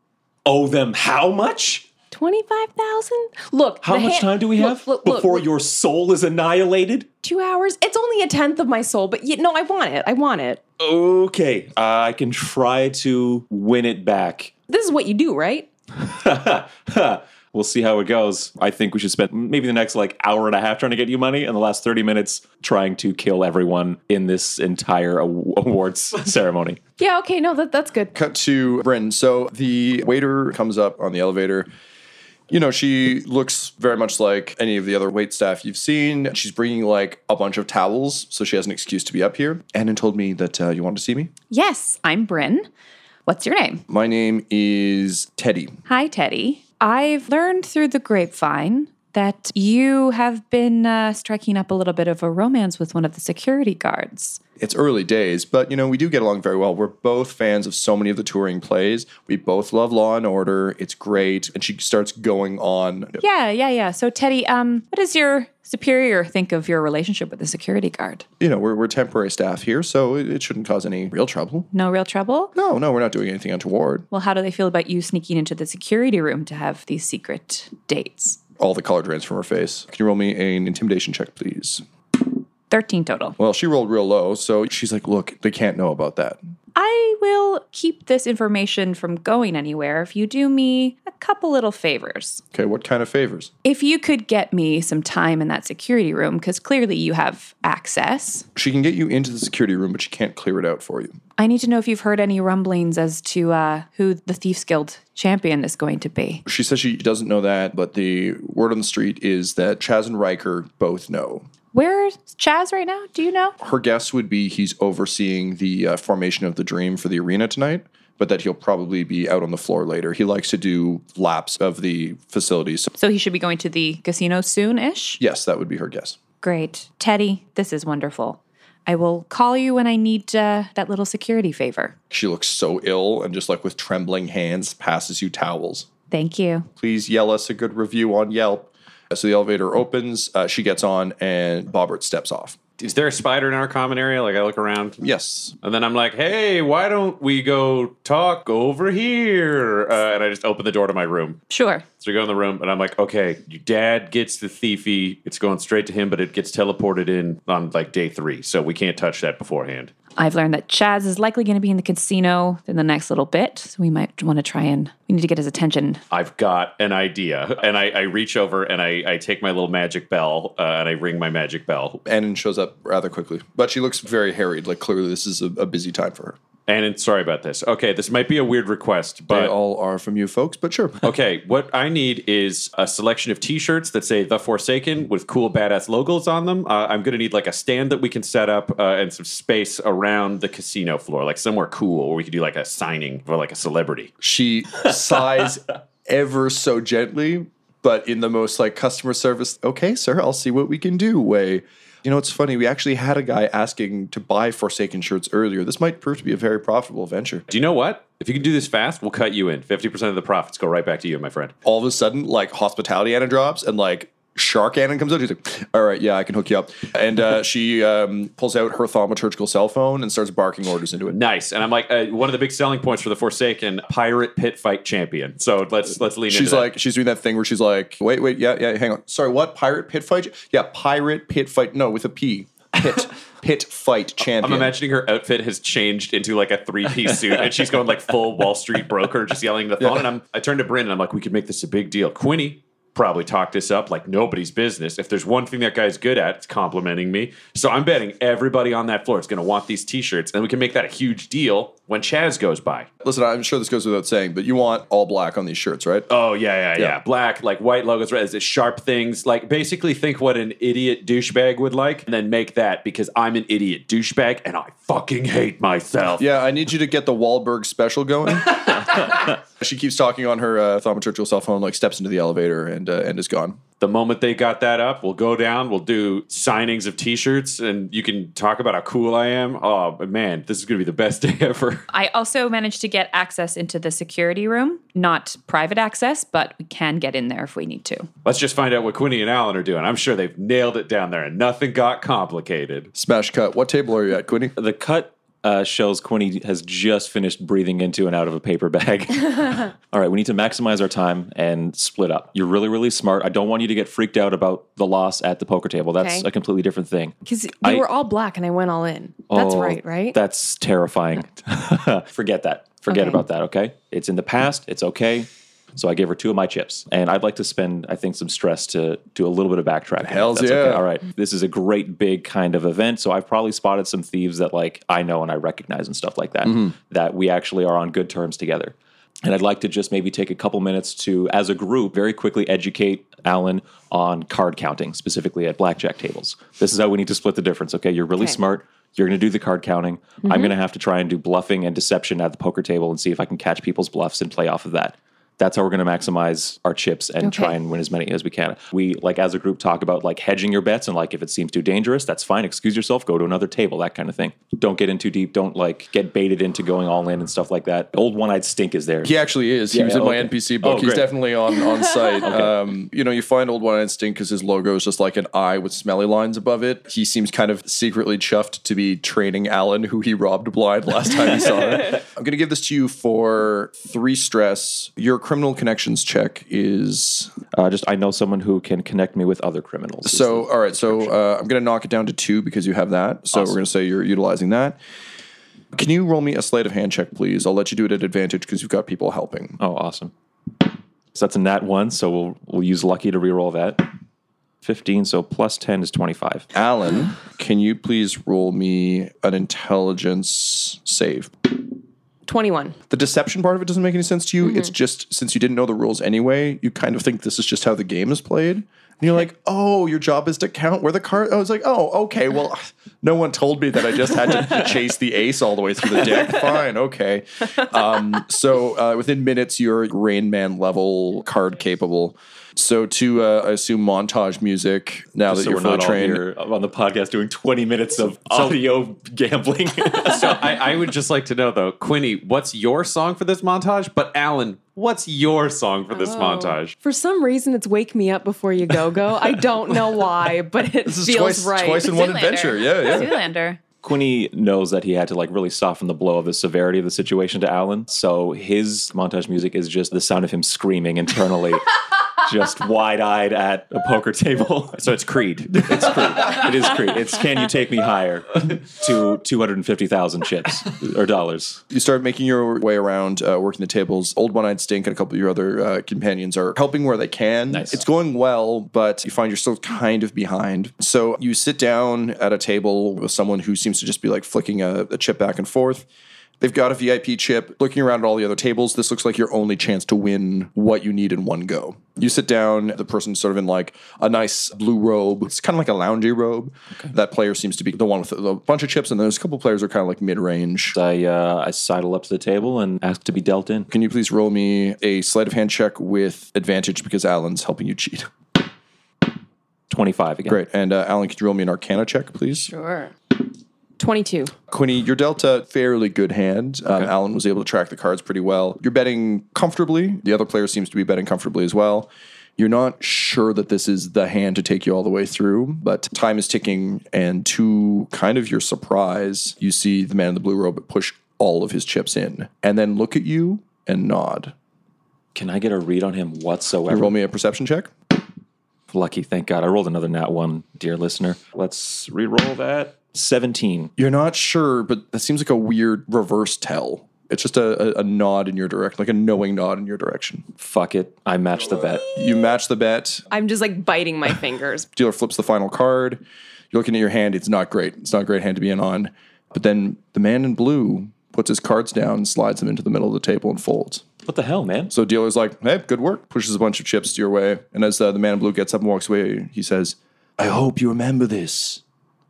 C: owe them how much?
D: 25,000? Look,
C: How
D: the
C: much
D: hand-
C: time do we
D: look,
C: have
D: look, look,
C: before
D: look.
C: your soul is annihilated?
D: two hours. It's only a tenth of my soul, but you, no, I want it. I want it.
C: Okay, I can try to win it back.
D: This is what you do, right?
C: we'll see how it goes. I think we should spend maybe the next like hour and a half trying to get you money, and the last thirty minutes trying to kill everyone in this entire aw- awards ceremony.
D: Yeah, okay, no, that, that's good.
B: cut to Bryn. So the waiter comes up on the elevator. You know, she looks very much like any of the other wait staff you've seen. She's bringing like a bunch of towels, so she has an excuse to be up here. Annan told me that uh, you wanted to see me.
F: Yes, I'm Bryn. What's your name?
B: My name is Teddy.
F: Hi, Teddy. I've learned through the grapevine that you have been uh, striking up a little bit of a romance with one of the security guards.
B: It's early days, but you know, we do get along very well. We're both fans of so many of the touring plays. We both love Law and Order. It's great. And she starts going on.
F: Yeah, yeah, yeah. So, Teddy, um, what does your superior think of your relationship with the security guard?
B: You know, we're, we're temporary staff here, so it, it shouldn't cause any real trouble.
F: No real trouble?
B: No, no, we're not doing anything untoward.
F: Well, how do they feel about you sneaking into the security room to have these secret dates?
B: all the color drains from her face. Can you roll me an intimidation check, please?
F: 13 total.
B: Well, she rolled real low, so she's like, look, they can't know about that.
F: I will keep this information from going anywhere if you do me a couple little favors.
B: Okay, what kind of favors?
F: If you could get me some time in that security room, because clearly you have access,
B: She can get you into the security room, but she can't clear it out for you.
F: I need to know if you've heard any rumblings as to uh, who the Thieves Guild champion is going to be.
B: She says she doesn't know that, but the word on the street is that Chaz and Riker both know.
F: Where's Chaz right now? Do you know?
B: Her guess would be he's overseeing the uh, formation of the dream for the arena tonight, but that he'll probably be out on the floor later. He likes to do laps of the facilities. So,
F: So he should be going to the casino soon ish?
B: yes, that would be her guess.
F: Great. Teddy, this is wonderful. I will call you when I need uh, that little security favor.
B: She looks so ill and just like with trembling hands passes you towels.
F: Thank you.
B: please yell us a good review on Yelp. Uh, So the elevator opens, uh, she gets on, and Bobbert steps off.
E: Is there a spider in our common area? Like I look around.
B: Yes.
E: And then I'm like, hey, why don't we go talk over here? Uh, and I just open the door to my room.
F: Sure.
E: So we go in the room, and I'm like, okay, your dad gets the thiefy. It's going straight to him, but it gets teleported in on like day three. So we can't touch that beforehand.
F: I've learned that Chaz is likely going to be in the casino in the next little bit, so we might want to try and we need to get his attention.
E: I've got an idea. And I, I reach over and I, I take my little magic bell uh, and I ring my magic bell.
B: Annan shows up rather quickly, but she looks very harried. Like clearly, this is a, a busy time for her.
E: And it's- sorry about this. Okay, this might be a weird request,
B: They
E: but.
B: all are from you folks, but sure.
E: Okay, what I need is a selection of T-shirts that say "The Forsaken" with cool badass logos on them. Uh, I'm gonna need like a stand that we can set up uh, and some space around the casino floor, like somewhere cool where we could do like a signing for like a celebrity.
B: She sighs ever so gently, but in the most like customer service, okay, sir, I'll see what we can do way. You know, it's funny. We actually had a guy asking to buy Forsaken shirts earlier. This might prove to be a very profitable venture.
E: Do you know what? If you can do this fast, we'll cut you in. Fifty percent of the profits go right back to you, my friend.
B: all of a sudden, like hospitality Anna drops and like shark Anna comes out. She's like, all right, yeah, I can hook you up. And uh, she um, pulls out her thaumaturgical cell phone and starts barking orders into it.
E: Nice. And I'm like uh, one of the big selling points for the Forsaken pirate pit fight champion. So let's let's lean.
B: She's
E: into that.
B: like, she's doing that thing where she's like, wait, wait, yeah, yeah, hang on. Sorry, what? Pirate pit fight? Yeah, pirate pit fight. No, with a P. Pit, pit fight champion.
E: I'm imagining her outfit has changed into like a three piece suit, and she's going like full Wall Street broker, just yelling at the phone. And I'm, I turn to Bryn and I'm like, we could make this a big deal. Quinny probably talked this up like nobody's business. If there's one thing that guy's good at, it's complimenting me. So I'm betting everybody on that floor is going to want these T-shirts, and we can make that a huge deal when Chaz goes by.
B: Listen, I'm sure this goes without saying, but you want all black on these shirts, right? Uh,
E: Oh yeah, yeah, yeah,
B: Yeah.
E: Black, like white logos, red, it's sharp things. Like basically, think what an idiot douchebag would like, and then make that because I'm an idiot douchebag and I fucking hate myself.
B: Yeah, I need you to get the Wahlberg special going. she keeps talking on her uh, thaumaturgical cell phone, like steps into the elevator and uh, and is gone.
E: the moment they got that up, we'll go down, we'll do signings of t-shirts, and you can talk about how cool I am. Oh but man, this is gonna be the best day ever.
F: I also managed to get access into the security room, not private access, but we can get in there if we need to.
E: Let's just find out what Quinny and Alan are doing. I'm sure they've nailed it down there and nothing got complicated.
B: Smash cut. What table are you at, Quinny?
C: The cut uh, shows Quinny has just finished breathing into and out of a paper bag. All right, we need to maximize our time and split up. You're really, really smart. I don't want you to get freaked out about the loss at the poker table. That's
D: Okay.
C: a completely different thing.
D: Because we
C: I-
D: were all black and I went all in. That's
C: Oh,
D: right, right?
C: That's terrifying. Forget that.
D: Okay.
C: Forget about that, okay? It's in the past. It's okay. So I gave her two of my chips, and I'd like to spend, I think, some stress to do a little bit of backtracking.
B: Hells
C: That's
B: yeah.
C: All right. This is a great big kind of event. So I've probably spotted some thieves that like I know and I recognize and stuff like that. That we actually are on good terms together. And I'd like to just maybe take a couple minutes to, as a group, very quickly educate Alan on card counting, specifically at blackjack tables. This is how we need to split the difference. Okay, you're really smart. You're going to do the card counting. I'm going to have to try and do bluffing and deception at the poker table and see if I can catch people's bluffs and play off of that. That's how we're going to maximize our chips and try and win as many as we can. We like as a group talk about like hedging your bets and like if it seems too dangerous, that's fine. Excuse yourself, go to another table, that kind of thing. Don't get in too deep. Don't like get baited into going all in and stuff like that. Old one-eyed stink is there.
B: He actually is. He
C: Yeah,
B: was in my
C: okay.
B: NPC book.
C: Oh,
B: He's
C: great.
B: definitely on on site. um, you know, you find Old One Instinct because his logo is just like an eye with smelly lines above it. He seems kind of secretly chuffed to be training Alan, who he robbed blind last time he saw her. I'm going to give this to you for three stress. Your criminal connections check is
C: Uh, just I know someone who can connect me with other criminals. is
B: so. All right, so uh, I'm going to knock it down to two because you have that. So we're going to say you're utilizing that. Can you roll me a sleight of hand check, please? I'll let you do it at advantage because you've got people helping.
C: Oh, awesome. So that's a nat one, so we'll we'll use lucky to reroll that. 15, so plus 10 is 25.
B: Alan, can you please roll me an intelligence save?
D: 21.
B: The deception part of it doesn't make any sense to you. It's just since you didn't know the rules anyway, you kind of think this is just how the game is played. And you're like, oh, your job is to count where the card. I was like, oh, okay. Well, no one told me that I just had to chase the ace all the way through the deck. Fine, okay. Um, so uh, within minutes, you're Rain Man level card capable. So to uh, I assume montage music now that
C: so
B: you're
C: we're
B: full
C: not
B: train.
C: all here on the podcast doing 20 minutes of audio gambling.
E: So I, I would just like to know though, Quinny, what's your song for this montage? But Alan, what's your song for this montage?
D: For some reason, it's Wake Me Up Before You Go Go. I don't know why, but it
B: This is
D: feels
B: twice,
D: right.
B: twice in one adventure. Yeah, yeah.
F: Zoolander.
C: Quinny knows that he had to like really soften the blow of the severity of the situation to Alan. So his montage music is just the sound of him screaming internally, just wide eyed at a poker table. So it's Creed. It's Creed. It is Creed. It's Can You Take Me Higher to 250,000 chips or dollars.
B: you start making your way around, uh, working the tables. Old One Eyed Stink and a couple of your other uh, companions are helping where they can.
C: Nice.
B: It's going well, but you find you're still kind of behind. So you sit down at a table with someone who seems to just be like flicking a, a chip back and forth. They've got a VIP chip. Looking around at all the other tables, this looks like your only chance to win what you need in one go. You sit down, the person's sort of in like a nice blue robe. It's kind of like a loungy robe. That player seems to be the one with a a bunch of chips, and there's a couple players who are kind of like mid range.
C: I, uh, I sidle up to the table and ask to be dealt in.
B: Can you please roll me a sleight of hand check with advantage because Alan's helping you cheat?
C: 25 again.
B: Great. And uh, Alan, could you roll me an Arcana check, please?
F: Sure.
D: 22.
B: Quinny, your Delta, fairly good hand. Um, Alan was able to track the cards pretty well. You're betting comfortably. The other player seems to be betting comfortably as well. You're not sure that this is the hand to take you all the way through, but time is ticking. And to kind of your surprise, you see the man in the blue robe push all of his chips in and then look at you and nod.
C: Can I get a read on him whatsoever?
B: You roll me a perception check.
C: Lucky, thank God. I rolled another nat one, dear listener. Let's re-roll that. 17.
B: You're not sure, but that seems like a weird reverse tell. It's just a, a, a nod in your direction, like a knowing nod in your direction.
C: Fuck it. I matched the bet.
B: You match the bet.
D: I'm just like biting my fingers.
B: Dealer flips the final card. You're looking at your hand. It's not great. It's not a great hand to be in on. But then the man in blue puts his cards down, slides them into the middle of the table, and folds.
C: What the hell, man?
B: So dealer's like, "Hey, good work." Pushes a bunch of chips your way, and as uh, the man in blue gets up and walks away, he says, "I hope you remember this,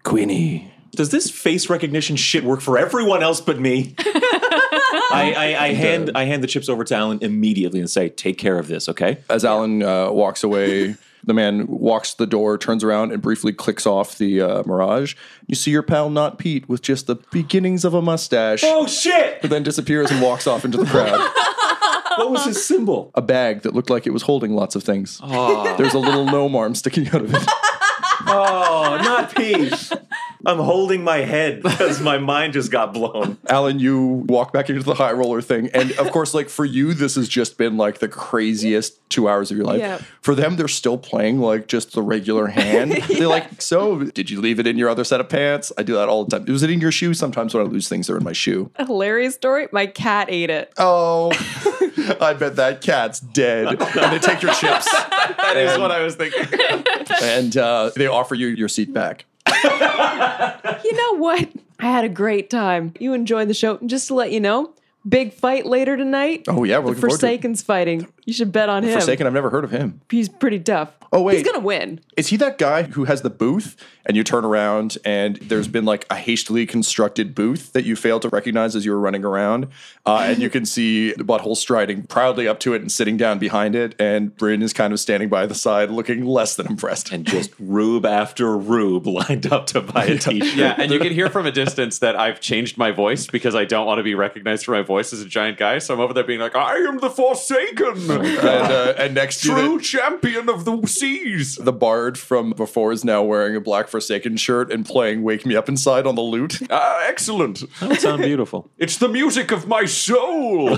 B: Queenie."
C: Does this face recognition shit work for everyone else but me? I, I, I hand I hand the chips over to Alan immediately and say, "Take care of this, okay?"
B: As Alan uh, walks away, the man walks to the door, turns around, and briefly clicks off the uh, Mirage. You see your pal, not Pete, with just the beginnings of a mustache,
C: Oh shit!
B: but then disappears and walks off into the crowd.
C: What was his symbol?
B: a bag that looked like it was holding lots of things. There's a little gnome arm sticking out of it.
C: Oh, not peace. I'm holding my head because my mind just got blown.
B: Alan, you walk back into the high roller thing. And of course, like for you, this has just been like the craziest two hours of your life.
D: Yeah.
B: For them, they're still playing like just the regular hand. They're like, So, did you leave it in your other set of pants? I do that all the time. Was it in your shoe? Sometimes when I lose things, they're in my shoe.
D: A hilarious story. My cat ate it.
B: Oh, I bet that cat's dead. and they take your chips. that is what I was thinking. and uh, they offer you your seat back.
D: You know what? I had a great time. You enjoyed the show. And just to let you know, big fight later tonight.
B: Oh, yeah, we're
D: The
B: looking forward to it.
D: Forsaken's fighting. You should bet on him.
B: Forsaken, I've never heard of him.
D: He's pretty tough.
B: Oh, wait.
D: He's going to win.
B: Is he that guy who has the booth and you turn around and there's been like a hastily constructed booth that you failed to recognize as you were running around? Uh, and you can see Butthole striding proudly up to it and sitting down behind it. And Bryn is kind of standing by the side looking less than impressed.
C: And just rube after rube lined up to buy a t-shirt.
E: Yeah, and you can hear from a distance that I've changed my voice because I don't want to be recognized for my voice as a giant guy. So I'm over there being like, I am the Forsaken.
B: and, uh, and next to the,
E: champion of the seas.
B: the bard from before is now wearing a black Forsaken shirt and playing "Wake Me Up Inside" on the lute.
E: Ah, excellent.
C: That sounds beautiful.
E: It's the music of my soul.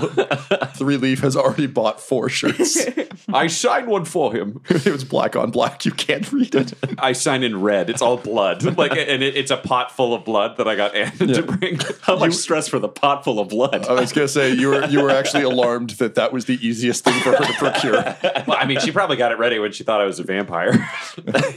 B: Three Leaf has already bought four shirts.
E: I sign one for him.
B: it was black on black. You can't read it.
E: I sign in red. It's all blood. Like, and it, it's a pot full of blood that I got Anna to bring.
C: How much stress for the pot full of blood?
B: I was gonna say you were you were actually alarmed that that was the easiest thing for her to procure.
E: Well, I mean, she probably got it ready when she thought I was a vampire.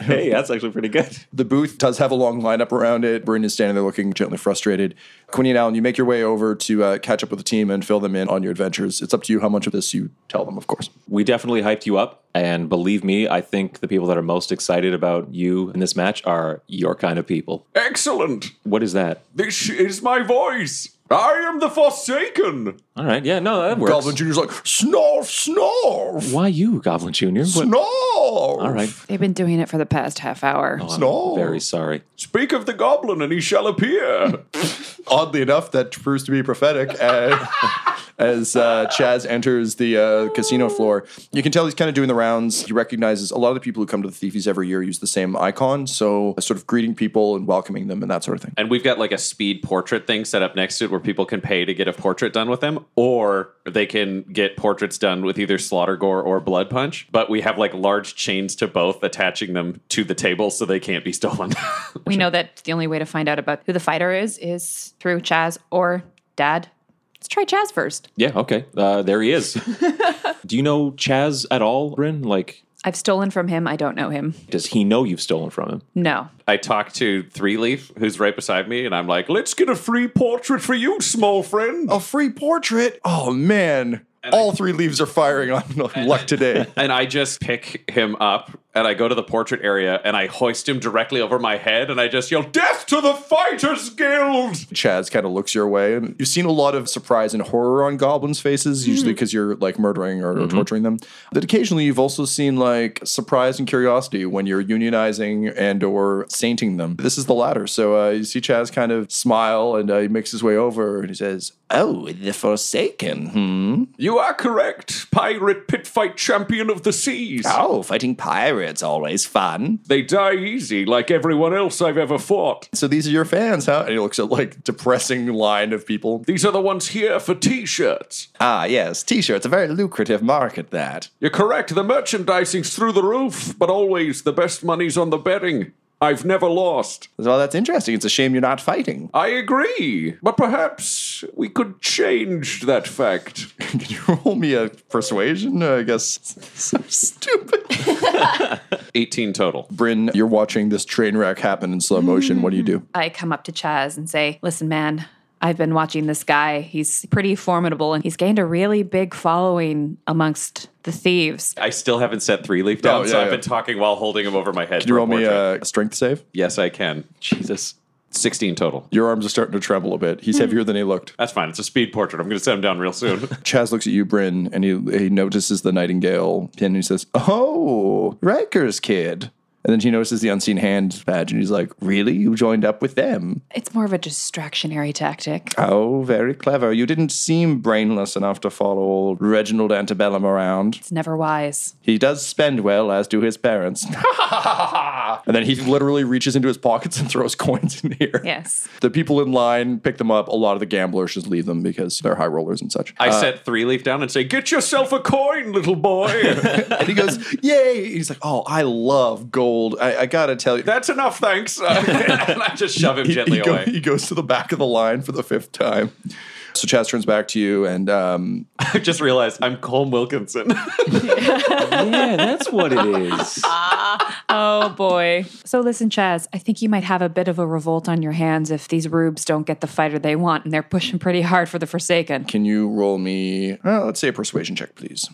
C: hey, that's actually pretty good.
B: The booth does have a long lineup around it. Bryn is standing there looking gently frustrated. Quinny and Alan, you make your way over to uh, catch up with the team and fill them in on your adventures. It's up to you how much of this you tell them, of course.
C: We definitely hyped you up. And believe me, I think the people that are most excited about you in this match are your kind of people.
E: Excellent.
C: What is that?
E: This is my voice. I am the Forsaken.
C: All right. Yeah, no, that works.
B: Goblin Junior's like, snarf, snarf, Oh,
C: Why you, Goblin Junior? What-
B: snarf.
C: All right.
F: They've been doing it for the past half hour.
B: No.
C: Very sorry.
E: Speak of the goblin and he shall appear.
B: Oddly enough, that proves to be prophetic. uh, as uh, Chaz enters the uh, casino floor, you can tell he's kind of doing the rounds. He recognizes a lot of the people who come to the Thiefies every year use the same icon, so uh, sort of greeting people and welcoming them and that sort of thing.
E: and we've got like a speed portrait thing set up next to it where people can pay to get a portrait done with them, or they can get portraits done with either Slaughter Gore or Blood Punch. But we have like large chains to both, attaching them to the table so they can't be stolen.
F: We know that the only way to find out about who the fighter is is through Chaz or Dad. Let's try Chaz first.
C: Yeah, okay. Uh, there he is. Do you know Chaz at all, Bryn? Like,
F: I've stolen from him. I don't know him.
C: does he know you've stolen from him?
F: No.
E: I talk to Three Leaf, who's right beside me, and I'm like, let's get a free portrait for you, small friend.
B: A free portrait? Oh man. All three leaves are firing on luck today.
E: And I just pick him up and I go to the portrait area and I hoist him directly over my head and I just yell, Death to the Fighters Guild!
B: Chaz kind of looks your way, and you've seen a lot of surprise and horror on goblins' faces, usually because you're like murdering or, or torturing them. But occasionally, you've also seen like surprise and curiosity when you're unionizing and or sainting them. This is the latter. So uh, you see Chaz kind of smile, and uh, he makes his way over, and he says, "Oh, the Forsaken. Hmm.
E: You are correct, pirate pit fight champion of the seas.
B: Oh, fighting pirates always fun.
E: They die easy, like everyone else I've ever fought.
B: So these are your fans, huh?" And he looks at like depressing line of people.
E: These are the ones here for t shirts.
B: Ah, yes, t-shirts. A very lucrative market that.
E: You're correct, the merchandising's through the roof, but always the best money's on the betting. I've never lost.
B: Well, that's interesting. It's a shame you're not fighting.
E: I agree, but perhaps we could change that fact.
B: Can you roll me a persuasion? uh, I guess so stupid.
E: 18 total.
B: Bryn, you're watching this train wreck happen in slow motion. What do you do?
F: I come up to Chaz and say, Listen, man, I've been watching this guy. He's pretty formidable and he's gained a really big following amongst the thieves.
E: I still haven't set three leaf down,
B: Oh, yeah,
E: so I've
B: yeah.
E: been talking while holding him over my head.
B: Can you
E: for a
B: roll me
I: uh,
E: portrait.
B: a strength save?
E: Yes, I can.
C: Jesus.
E: 16 total.
B: Your arms are starting to tremble a bit. He's heavier than he looked.
E: That's fine. It's a speed portrait. I'm going to set him down real soon.
B: Chaz looks at you, Bryn, and he, he notices the nightingale pin and he says, Oh, Riker's kid. And then he notices the unseen hand badge and he's like, Really? You joined up with them?
F: It's more of a distractionary tactic.
B: Oh, very clever. You didn't seem brainless enough to follow old Reginald Antebellum around.
F: It's never wise.
B: He does spend well, as do his parents. and then he literally reaches into his pockets and throws coins in here.
F: Yes.
B: The people in line pick them up. A lot of the gamblers just leave them because they're high rollers and such.
E: I set three leaf down and say, Get yourself a coin, little boy.
B: and he goes, Yay! He's like, Oh, I love gold. I, I gotta tell you.
E: That's enough, thanks. and I just shove him
B: He-
E: gently
B: he, go-
E: away.
B: he goes to the back of the line for the fifth time. So Chaz turns back to you and um,
E: I just realized I'm Colm Wilkinson.
C: Yeah, that's what it is.
F: Oh, boy. So, listen, Chaz, I think you might have a bit of a revolt on your hands if these rubes don't get the fighter they want and they're pushing pretty hard for the Forsaken.
B: can you roll me, uh, let's say a persuasion check, please?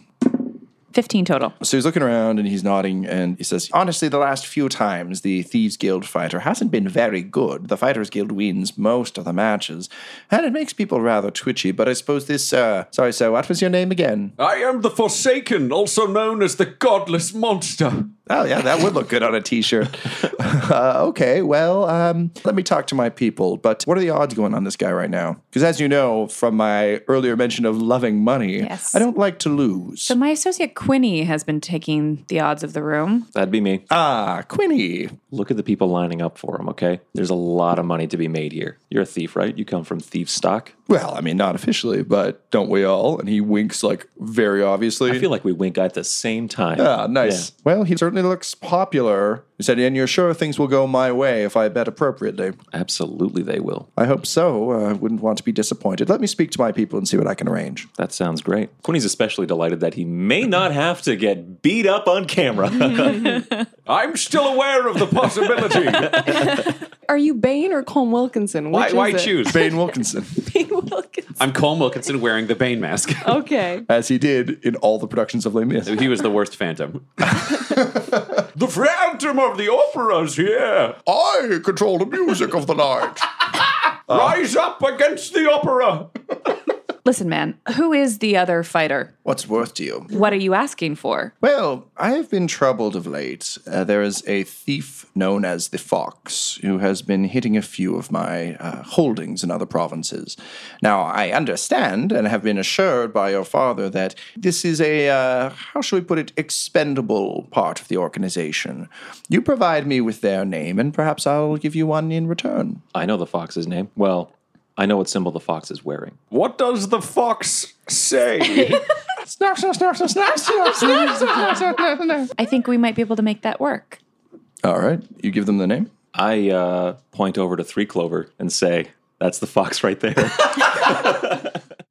F: 15 total.
B: So he's looking around and he's nodding and he says, Honestly, the last few times the Thieves Guild fighter hasn't been very good. The Fighters Guild wins most of the matches, and it makes people rather twitchy, but I suppose this, uh, sorry,
E: Oh.
B: sir, what was your name again?
E: I am the Forsaken, also known as the Godless Monster.
B: Oh yeah, that would look good on a T-shirt. uh, okay, well, um, let me talk to my people. But what are the odds going on this guy right now? Because as you know from my earlier mention of loving money,
F: Yes.
B: I don't like to lose.
F: So my associate Quinny has been taking the odds of the room.
C: That'd be me.
B: ah, Quinny.
C: Look at the people lining up for him, okay? There's a lot of money to be made here. You're a thief, right? You come from thief stock.
B: Well, I mean, not officially, but don't we all? And he winks like very obviously.
C: I feel like we wink at the same time.
B: Ah, nice. Well, he certainly looks popular. He said, and you're sure things will go my way if I bet appropriately.
C: Absolutely, they will.
B: I hope so. Uh, I wouldn't want to be disappointed. Let me speak to my people and see what I can arrange.
C: That sounds great. Quinny's especially delighted that he may not have to get beat up on camera.
E: I'm still aware of the possibility.
D: Are you Bane or Colm Wilkinson?
E: why
D: Which
E: why
D: is it?
E: choose?
B: Bane Wilkinson,
D: Bane Wilkinson.
E: I'm Colm Wilkinson wearing the Bane mask.
D: Okay.
B: as he did in all the productions of Les Mis.
E: he was the worst phantom. the phantom of the opera's here.
B: I control the music of the night.
E: Rise up against the opera.
F: Listen, man, who is the other fighter?
B: What's worth to you?
F: What are you asking for?
B: Well, I have been troubled of late. Uh, there is a thief known as the Fox who has been hitting a few of my uh, holdings in other provinces. Now, I understand and have been assured by your father that this is a, uh, how shall we put it, expendable part of the organization. You provide me with their name, and perhaps I'll give you one in return.
C: I know the fox's name. Well, I know what symbol the fox is wearing.
E: What does the fox say?
B: Snap, snap, snap, snap, snap, snap, snap, snap, snap, snap, snap.
F: I think we might be able to make that work.
B: All right, you give them the name?
C: I uh, point over to Three Clover and say, that's the fox right there.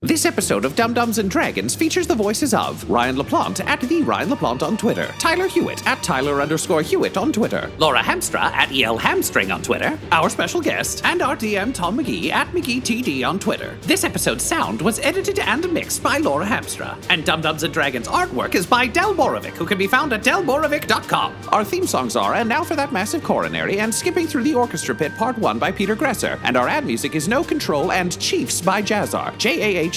A: This episode of Dum Dums and Dragons features the voices of Ryan LaPlante at the Ryan LaPlante on Twitter, Tyler Hewitt at Tyler underscore Hewitt on Twitter, Laura Hamstra at EL Hamstring on Twitter, our special guest, and our DM Tom McGee at McGeeTD on Twitter. This episode's sound was edited and mixed by Laura Hamstra, and Dum Dums and Dragons artwork is by Del Borovic, who can be found at delborovic.com. Our theme songs are And Now for That Massive Coronary and Skipping Through the Orchestra Pit Part 1 by Peter Gresser, and our ad music is No Control and Chiefs by Jazzar, J A H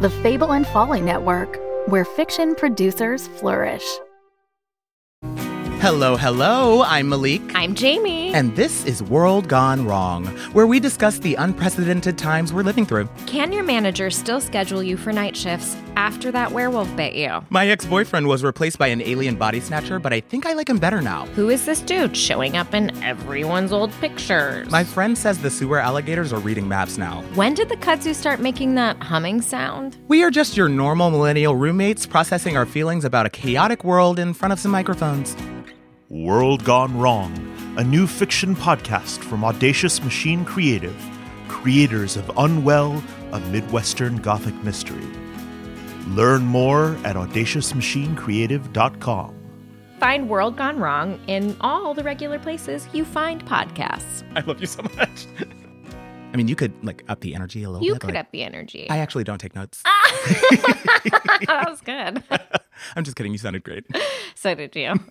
J: The Fable and Folly Network, where fiction producers flourish.
K: Hello, hello. I'm Malik.
J: I'm Jamie.
K: And this is World Gone Wrong, where we discuss the unprecedented times we're living through.
L: Can your manager still schedule you for night shifts after that werewolf bit you?
K: My ex boyfriend was replaced by an alien body snatcher, but I think I like him better now.
L: Who is this dude showing up in everyone's old pictures?
K: My friend says the sewer alligators are reading maps now.
L: when did the kudzu start making that humming sound?
K: We are just your normal millennial roommates processing our feelings about a chaotic world in front of some microphones.
I: World Gone Wrong, a new fiction podcast from Audacious Machine Creative, creators of Unwell, a Midwestern Gothic mystery. Learn more at audaciousmachinecreative.com.
L: Find World Gone Wrong in all the regular places you find podcasts.
K: I love you so much. I mean, you could like up the energy a little
L: You
K: bit.
L: could Ah!
K: like-
L: up the energy.
K: Oh, I actually don't take notes.
L: that was good.
K: I'm just kidding. You sounded great.
L: so did you.